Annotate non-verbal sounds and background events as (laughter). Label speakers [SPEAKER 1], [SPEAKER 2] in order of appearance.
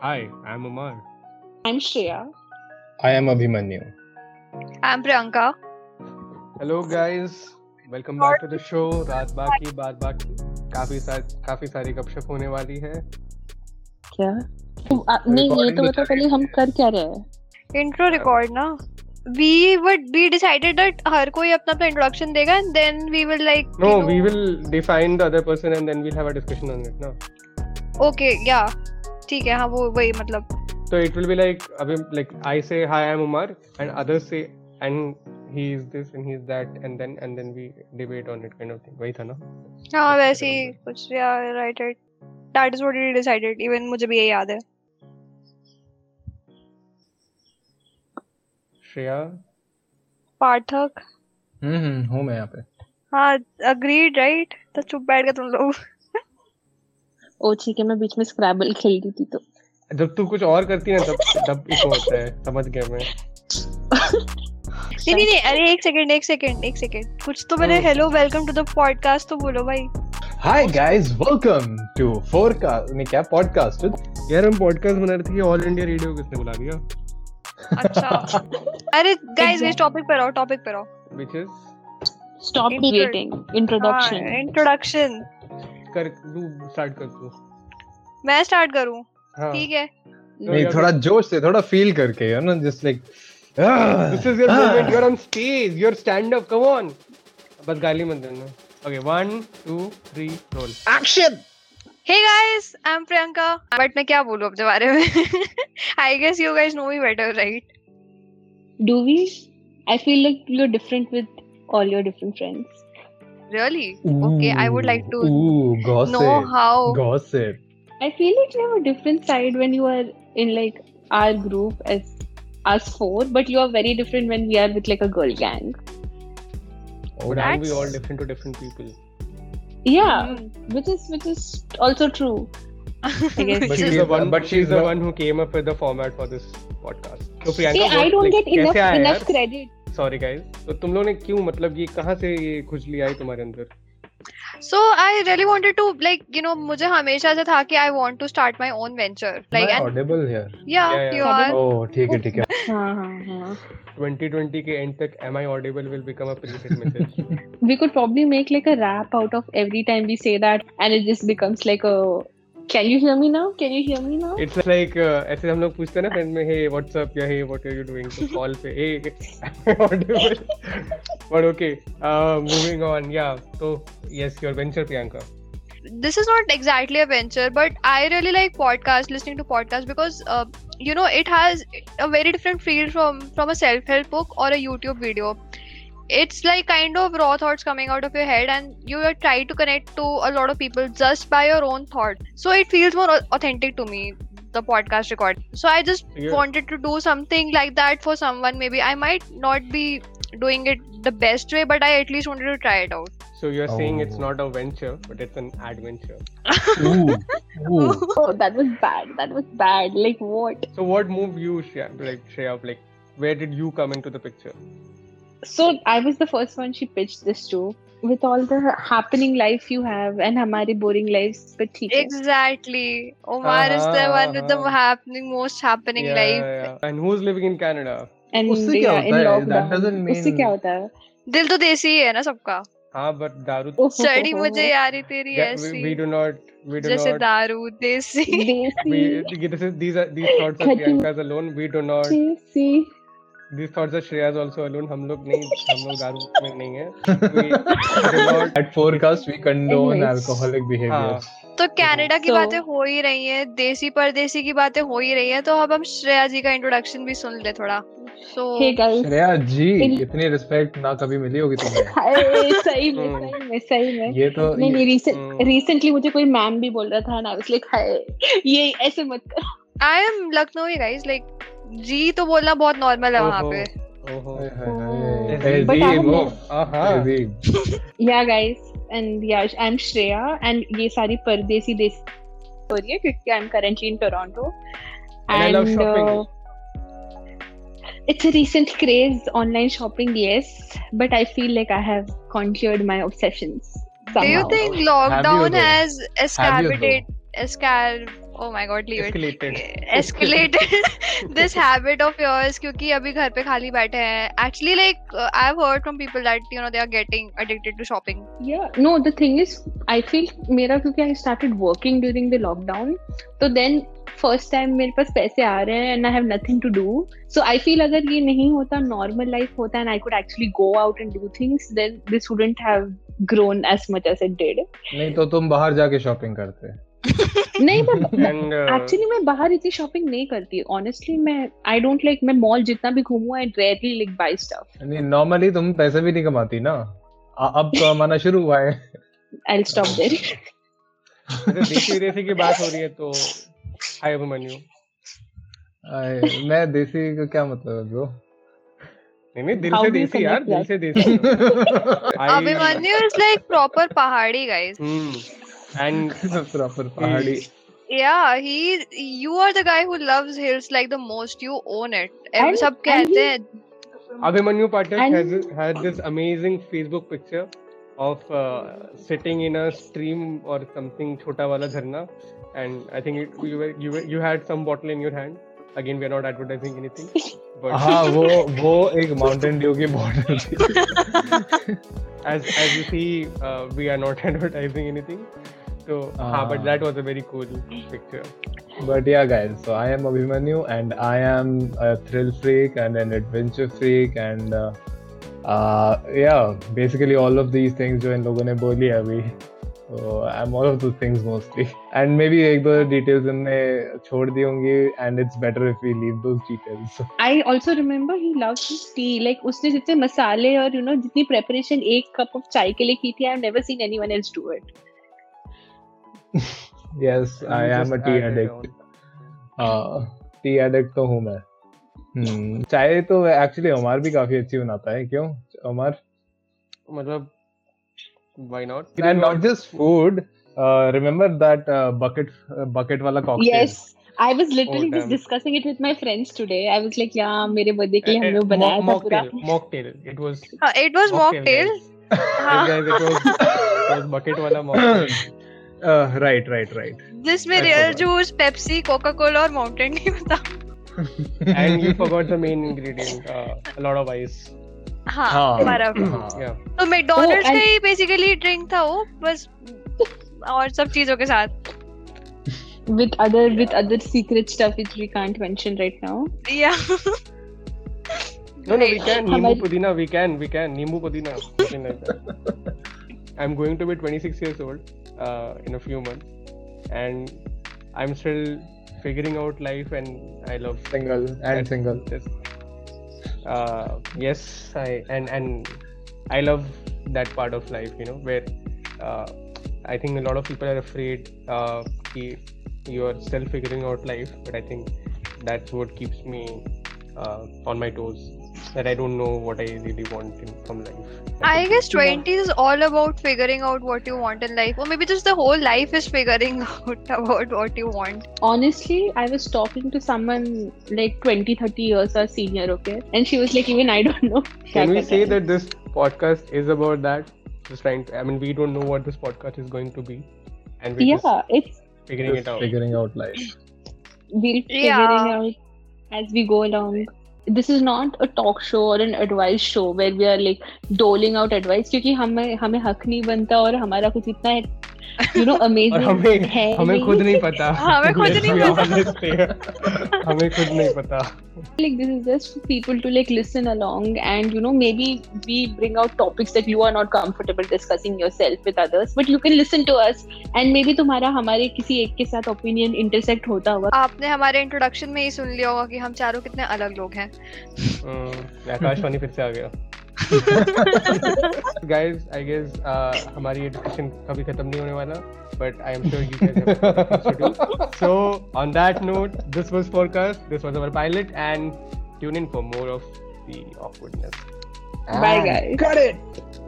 [SPEAKER 1] Hi, I'm Amar.
[SPEAKER 2] I'm Shreya.
[SPEAKER 3] I am Abhimanyu.
[SPEAKER 4] I'm Priyanka.
[SPEAKER 1] Hello guys, welcome back to the show. रात बाकी बात बाकी काफी सारी काफी सारी गपशप होने वाली है
[SPEAKER 2] क्या तुम- आ, नहीं ये
[SPEAKER 3] Recording
[SPEAKER 2] तो
[SPEAKER 3] भी
[SPEAKER 2] बताओ
[SPEAKER 3] चल
[SPEAKER 2] पहले
[SPEAKER 3] रही
[SPEAKER 2] हम
[SPEAKER 3] है।
[SPEAKER 2] कर क्या रहे हैं
[SPEAKER 4] Intro record na. We would we decided that हर कोई अपना अपना introduction देगा and then we will like.
[SPEAKER 1] No,
[SPEAKER 4] you know-
[SPEAKER 1] we will define the other person and then we'll have a discussion on it. No,
[SPEAKER 4] Okay, yeah. ठीक है हाँ वो वही मतलब
[SPEAKER 1] so it will be like अभी like I say hi, I'm Umar, and others say and he is this and he is that and then and then we debate on it kind of thing. वही था ना?
[SPEAKER 4] हाँ वैसे ही कुछ yeah right right that is what we decided even मुझे भी यही याद है
[SPEAKER 1] श्रेया,
[SPEAKER 4] पाठक
[SPEAKER 3] हम्म हम्म, हूँ मैं यहाँ पे
[SPEAKER 4] हाँ agreed right तो चुप बैठ गए तुम लोग
[SPEAKER 2] ओ ठीक है मैं बीच में स्क्रैबल खेल रही थी तो
[SPEAKER 1] जब तू कुछ और करती है ना तब तब इको होता है. समझ गया मैं.
[SPEAKER 4] नहीं नहीं नहीं अरे एक सेकंड एक सेकंड एक सेकंड कुछ तो मैंने
[SPEAKER 1] हम्म।
[SPEAKER 3] हाँ।
[SPEAKER 4] hello welcome to the podcast तो बोलो भाई
[SPEAKER 3] hi guys welcome to forecast नहीं क्या पॉडकास्ट
[SPEAKER 1] Oh, यार हम पॉडकास्ट बना रहे थे कि ऑल इंडिया रेडियो किसने बुला लिया?
[SPEAKER 3] (laughs)
[SPEAKER 4] अच्छा अरे guys इस टॉपिक पर आओ टॉपिक पर आओ
[SPEAKER 1] Which is
[SPEAKER 2] stop
[SPEAKER 4] Intro-
[SPEAKER 2] debating
[SPEAKER 4] हाँ,
[SPEAKER 2] इंट्रोडक्शन
[SPEAKER 4] इंट्रोडक्शन
[SPEAKER 1] कर तू स्टार्ट कर तू.
[SPEAKER 4] मैं स्टार्ट करूं
[SPEAKER 1] हाँ.
[SPEAKER 4] ठीक है
[SPEAKER 3] नहीं थोड़ा जोश से थोड़ा फील करके you know just like ah,
[SPEAKER 1] This is your
[SPEAKER 3] हाँ।
[SPEAKER 1] moment. You're on stage. You're stand up. Come on. बस गाली मत देना. Okay, one, two, three, roll.
[SPEAKER 4] Hey guys I am Priyanka but मैं क्या बोलूं अपने बारे में (laughs) आई guess you guys know me better right
[SPEAKER 2] do we I feel like you are different with all your different friends
[SPEAKER 4] really okay I would like to
[SPEAKER 3] ooh
[SPEAKER 4] no
[SPEAKER 3] gossip
[SPEAKER 4] how
[SPEAKER 3] gossip
[SPEAKER 2] I feel like you have a different side when you are in like our group as us four but you are very different when we are with like a girl gang
[SPEAKER 1] But
[SPEAKER 3] Oh,
[SPEAKER 1] are we
[SPEAKER 4] That's-
[SPEAKER 1] all different to different people?
[SPEAKER 2] yeah
[SPEAKER 4] Hmm.
[SPEAKER 2] which is which is also true
[SPEAKER 4] (laughs)
[SPEAKER 2] I guess.
[SPEAKER 1] But
[SPEAKER 2] She's
[SPEAKER 1] she's the one.
[SPEAKER 3] but
[SPEAKER 1] But
[SPEAKER 3] she's
[SPEAKER 1] she's the
[SPEAKER 3] not-
[SPEAKER 1] one who came up with the format for this podcast. So
[SPEAKER 2] see
[SPEAKER 1] Priyanka,
[SPEAKER 2] i
[SPEAKER 1] what-
[SPEAKER 2] don't
[SPEAKER 1] like,
[SPEAKER 2] get enough
[SPEAKER 1] कैसे आया
[SPEAKER 2] enough
[SPEAKER 1] यार?
[SPEAKER 2] credit
[SPEAKER 1] Sorry guys. तो तुम लोगों ने क्यों मतलब ये कहाँ से ये खुजली आई तुम्हारे अंदर?
[SPEAKER 4] So I really wanted to like you know मुझे हमेशा से था कि I want to start my own venture
[SPEAKER 3] am
[SPEAKER 4] like
[SPEAKER 3] I
[SPEAKER 4] and
[SPEAKER 3] audible
[SPEAKER 2] (laughs)
[SPEAKER 3] here
[SPEAKER 4] या
[SPEAKER 1] Yeah, yeah.
[SPEAKER 4] You are
[SPEAKER 3] oh ठीक है ठीक है
[SPEAKER 2] हाँ हाँ हाँ
[SPEAKER 1] 2020 के एंड तक am I audible will become a preset message.
[SPEAKER 2] we could probably make like a rap out of every time we say that and it just becomes like a can you hear me now can you hear me now
[SPEAKER 1] It's like uh, ऐसे हम लोग पूछते हैं ना friend में hey what's up या hey what are you doing तो call पे hey (laughs) but okay uh, moving on yeah तो yes your venture Priyanka
[SPEAKER 4] this is not exactly a venture but i really like podcast listening to podcast because uh, you know it has a very different feel from from a self-help book or a youtube video it's like kind of raw thoughts coming out of your head and you are trying to connect to a lot of people just by your own thought so it feels more au- authentic to me the podcast record so i just
[SPEAKER 1] Yeah.
[SPEAKER 4] wanted to do something like that for someone maybe i might not be doing it the best way but i at least wanted to try it out
[SPEAKER 1] so you're saying
[SPEAKER 3] Oh.
[SPEAKER 1] it's not a venture but it's an adventure
[SPEAKER 3] ooh ooh
[SPEAKER 2] (laughs) oh that was bad that was bad like what
[SPEAKER 1] so what moved you Shreya like Shreya like where did you come into the picture
[SPEAKER 2] so i was the first one she pitched this to with all the happening life you have and हमारे boring lives but ठीक है
[SPEAKER 4] Exactly. तो Omar is the
[SPEAKER 1] Uh-huh,
[SPEAKER 4] one with the
[SPEAKER 1] uh-huh.
[SPEAKER 4] happening most happening
[SPEAKER 1] yeah,
[SPEAKER 4] life.
[SPEAKER 1] yeah. and who's living in Canada
[SPEAKER 2] and
[SPEAKER 3] उससे क्या
[SPEAKER 2] yeah,
[SPEAKER 3] होता
[SPEAKER 2] in
[SPEAKER 3] है? That
[SPEAKER 2] lockdown
[SPEAKER 3] doesn't mean-
[SPEAKER 2] उससे क्या होता है
[SPEAKER 4] दिल तो देसी ही है ना सबका
[SPEAKER 1] हाँ but दारू
[SPEAKER 2] Oh, (laughs)
[SPEAKER 4] सड़ी मुझे यारी तेरी
[SPEAKER 1] Yeah, we, we
[SPEAKER 4] ऐसी
[SPEAKER 1] do not we do
[SPEAKER 4] जैसे
[SPEAKER 1] not
[SPEAKER 4] दारू
[SPEAKER 2] (laughs)
[SPEAKER 4] देसी
[SPEAKER 3] (laughs)
[SPEAKER 2] देसी
[SPEAKER 1] we, this is, these are these thoughts are
[SPEAKER 2] Khati-
[SPEAKER 1] Priyanka's alone we do not
[SPEAKER 2] देसी
[SPEAKER 1] these thoughts are Shreya's also alone. हम लोग नहीं हम लोग दारू में नहीं है.
[SPEAKER 2] (laughs)
[SPEAKER 1] We do not.
[SPEAKER 3] at forecast we condone
[SPEAKER 2] Anyways. Ah.
[SPEAKER 3] alcoholic
[SPEAKER 1] हाँ.
[SPEAKER 3] behaviors
[SPEAKER 4] तो कनाडा की
[SPEAKER 2] So-
[SPEAKER 4] बातें हो ही रही हैं देसी परदेसी की बातें हो ही रही हैं तो अब हम श्रेया जी का इंट्रोडक्शन भी सुन ले थोड़ा so
[SPEAKER 2] hey guys
[SPEAKER 3] Shreya ji
[SPEAKER 2] In-
[SPEAKER 3] इतनी रिस्पेक्ट ना कभी मिली होगी
[SPEAKER 2] (laughs)
[SPEAKER 3] तुम्हें
[SPEAKER 2] हाय सही में
[SPEAKER 1] Hmm.
[SPEAKER 2] सही में सही में
[SPEAKER 3] ये तो
[SPEAKER 2] नहीं नहीं
[SPEAKER 1] Hmm.
[SPEAKER 2] recent, recently मुझे कोई मैम भी बोल रहा था and I was like hi ये ऐसे मत कर
[SPEAKER 4] I am Lucknow guys like जी तो बोलना बहुत नॉर्मल है वहाँ पे
[SPEAKER 1] ओहो.
[SPEAKER 3] Hi, hi,
[SPEAKER 2] Oh.
[SPEAKER 3] Hi. Hey,
[SPEAKER 2] But I
[SPEAKER 3] Zeeb,
[SPEAKER 2] have-
[SPEAKER 3] oh.
[SPEAKER 1] हाँ.
[SPEAKER 3] Hey, Zeeb.
[SPEAKER 2] या गाइस एंड या आई एम श्रेया एंड ये सारी परदेसी देसी हो रही है क्योंकि I am currently in Toronto
[SPEAKER 1] And I love shopping.
[SPEAKER 2] uh, It's a recent craze, online shopping, yes, but I feel like I have conquered my obsessions.
[SPEAKER 4] Do you
[SPEAKER 2] somehow.
[SPEAKER 4] Think
[SPEAKER 3] Have you
[SPEAKER 4] lockdown
[SPEAKER 3] though?
[SPEAKER 4] Has
[SPEAKER 3] Have you
[SPEAKER 4] exacerbated एस्कैब oh my god leave it
[SPEAKER 1] Escalated.
[SPEAKER 4] escalated (laughs) this habit of yours क्योंकि अभी घर पे खाली बैठे हैं actually like uh, I've heard from people that you know they are getting addicted to shopping
[SPEAKER 2] Yeah, no, the thing is, I feel मेरा क्योंकि I started working during the lockdown, तो then first time मेरे पास पैसे आ रहे हैं and I have nothing to do. So I feel अगर ये नहीं होता normal life होता and I could actually go out and do things, then this wouldn't have grown as much as it did.
[SPEAKER 3] नहीं तो तुम बाहर जाके शॉपिंग करते
[SPEAKER 2] नहीं मैं
[SPEAKER 1] (laughs) and uh,
[SPEAKER 2] एक्चुअली मैं बाहर इतनी शॉपिंग नहीं करती ऑनेस्टली मैं आई डोंट लाइक मैं मॉल जितना भी घूमू I rarely like buy stuff
[SPEAKER 3] नहीं नॉर्मली तुम पैसे भी नहीं कमाती ना अ- अब कमाना शुरू हुआ है
[SPEAKER 2] आई स्टॉप देयर
[SPEAKER 1] अगर देसी विदेशी की बात हो रही है तो हाय अभिमन्यु
[SPEAKER 3] आए, मैं देसी का क्या मतलब है ब्रो (laughs)
[SPEAKER 1] नहीं नहीं दिल
[SPEAKER 2] How
[SPEAKER 1] से
[SPEAKER 2] do you
[SPEAKER 1] देसी यार
[SPEAKER 2] connect
[SPEAKER 1] दिल
[SPEAKER 2] that?
[SPEAKER 1] से देसी
[SPEAKER 2] (laughs)
[SPEAKER 1] I-
[SPEAKER 4] Abhimanyu is like proper pahadi guys
[SPEAKER 1] Hmm. And
[SPEAKER 3] proper पहाड़ी
[SPEAKER 4] yeah he you are the guy who loves hills like the most you own it
[SPEAKER 2] And-
[SPEAKER 4] सब
[SPEAKER 2] and he-
[SPEAKER 4] कहते हैं
[SPEAKER 1] Abhimanyu Patil
[SPEAKER 2] And-
[SPEAKER 1] has had this amazing Facebook picture of uh, sitting in a stream or something, chota wala dharna, and I think it, you were, you were, you had some bottle in your hand. Again, we are not advertising anything, but
[SPEAKER 3] हाँ वो वो एक Mountain Dew की bottle थी
[SPEAKER 1] as as you see, uh, we are not (laughs) advertising anything. So, ha, but
[SPEAKER 3] Ah.
[SPEAKER 1] that was a very cool picture.
[SPEAKER 3] But yeah, guys, so I am Abhimanyu and I am a thrill freak and an adventure freak and uh, uh, yeah, basically all of these things जो इन लोगों ने बोली है अभी so I'm all of those things mostly and maybe एक दो details इनने छोड़ दी होंगी and it's better if we leave those details
[SPEAKER 2] I also remember he loves his tea like उसने जितने मसाले और यू नो जितनी प्रेपरेशन एक कप ऑफ चाय के लिए की थी I have never seen anyone else do it
[SPEAKER 3] yes I
[SPEAKER 1] You
[SPEAKER 3] am
[SPEAKER 1] just
[SPEAKER 3] a tea
[SPEAKER 1] added
[SPEAKER 3] addict
[SPEAKER 1] on.
[SPEAKER 3] हाँ टी addict तो हूँ मैं हम्म, चाय तो एक्चुअली उमर भी काफी अच्छी बनाता है क्यों उमर
[SPEAKER 1] मतलब, why not?
[SPEAKER 3] and not just food. Uh, remember that uh, bucket uh, bucket wala cocktail. (laughs)
[SPEAKER 2] Yes I was literally
[SPEAKER 1] Oh,
[SPEAKER 2] just
[SPEAKER 1] damn.
[SPEAKER 2] Discussing it with my friends today I was like या मेरे birthday के लिए
[SPEAKER 1] Eh, eh,
[SPEAKER 2] हमने वो बनाया
[SPEAKER 1] mo-
[SPEAKER 2] था पूरा
[SPEAKER 1] mocktail, mocktail. It was
[SPEAKER 4] हाँ, it was mocktail
[SPEAKER 1] guys.
[SPEAKER 4] हाँ,
[SPEAKER 1] Yes, guys, it was, it
[SPEAKER 3] (laughs)
[SPEAKER 1] was bucket wala mocktail.
[SPEAKER 3] uh, right, right, right.
[SPEAKER 4] जिसमें
[SPEAKER 1] That's
[SPEAKER 4] real
[SPEAKER 1] alright.
[SPEAKER 4] juice Pepsi Coca Cola और mountain dew था
[SPEAKER 1] and
[SPEAKER 3] (laughs)
[SPEAKER 1] you forgot the main ingredient uh, a lot of ice
[SPEAKER 4] हाँ
[SPEAKER 3] हाँ।
[SPEAKER 4] बर्फ
[SPEAKER 1] (clears throat)
[SPEAKER 3] हाँ,
[SPEAKER 1] yeah
[SPEAKER 4] तो McDonald's
[SPEAKER 2] Oh,
[SPEAKER 4] का
[SPEAKER 2] and-
[SPEAKER 4] ही बेसिकली ड्रिंक था वो बस और सब चीजों के साथ
[SPEAKER 2] with other with other secret stuff which we can't mention right now
[SPEAKER 4] या
[SPEAKER 1] no no we can Nimu
[SPEAKER 2] हमारी-
[SPEAKER 1] Pudina we can we can Nimu Pudina something like that I'm going to be 26 years old uh, in a few months and I'm still figuring out life and I love
[SPEAKER 3] Single and single.
[SPEAKER 1] this uh, yes I and and I love that part of life you know where uh, I think a lot of people are afraid uh, ki you are still figuring out life but I think that's what keeps me uh, on my toes that I don't know what I really want in, from life
[SPEAKER 4] I
[SPEAKER 1] think-
[SPEAKER 4] guess 20 is all about figuring out what you want in life or maybe just the whole life is figuring (laughs) out about what you want
[SPEAKER 2] honestly i was talking to someone like 20 30 years her senior okay and she was like even i don't know
[SPEAKER 1] can we
[SPEAKER 2] क्या
[SPEAKER 1] say
[SPEAKER 2] करना है।
[SPEAKER 1] that this podcast is about that just trying to, I mean we don't know what this podcast is going to be and we're just
[SPEAKER 2] yeah it's
[SPEAKER 1] figuring
[SPEAKER 3] Just
[SPEAKER 1] it out
[SPEAKER 3] Figuring out
[SPEAKER 1] (laughs)
[SPEAKER 3] life.
[SPEAKER 2] we'll figure
[SPEAKER 4] Yeah.
[SPEAKER 2] it out as we go along. This is not a talk show or an advice show where we are like doling out advice क्योंकि हमें हमें हक नहीं बनता और हमारा कुछ इतना you know
[SPEAKER 1] और
[SPEAKER 4] (laughs)
[SPEAKER 2] amazing
[SPEAKER 1] हमें
[SPEAKER 2] है
[SPEAKER 1] हमें
[SPEAKER 2] नहीं।
[SPEAKER 1] खुद नहीं पता
[SPEAKER 4] हाँ, हमें खुद नहीं
[SPEAKER 1] Let's be honest here. (laughs) हमें खुद नहीं पता
[SPEAKER 2] like this is just for people to like listen along and you know maybe we bring out topics that you are not comfortable discussing yourself with others but you can listen to us and maybe तुम्हारा हमारे किसी एक के साथ opinion intersect होता होगा
[SPEAKER 4] आपने हमारे इंट्रोडक्शन में ही सुन लिया होगा कि हम चारों कितने अलग लोग हैं
[SPEAKER 1] हम्म, आकाशवाणी फिर से आ गया (laughs) गाइस आई गेस uh, हमारी एजुकेशन कभी खत्म नहीं होने वाला but I am sure you can So, on that note, this was Forecast. This was our pilot, and tune in for more of the awkwardness.
[SPEAKER 2] bye guys
[SPEAKER 3] Got it.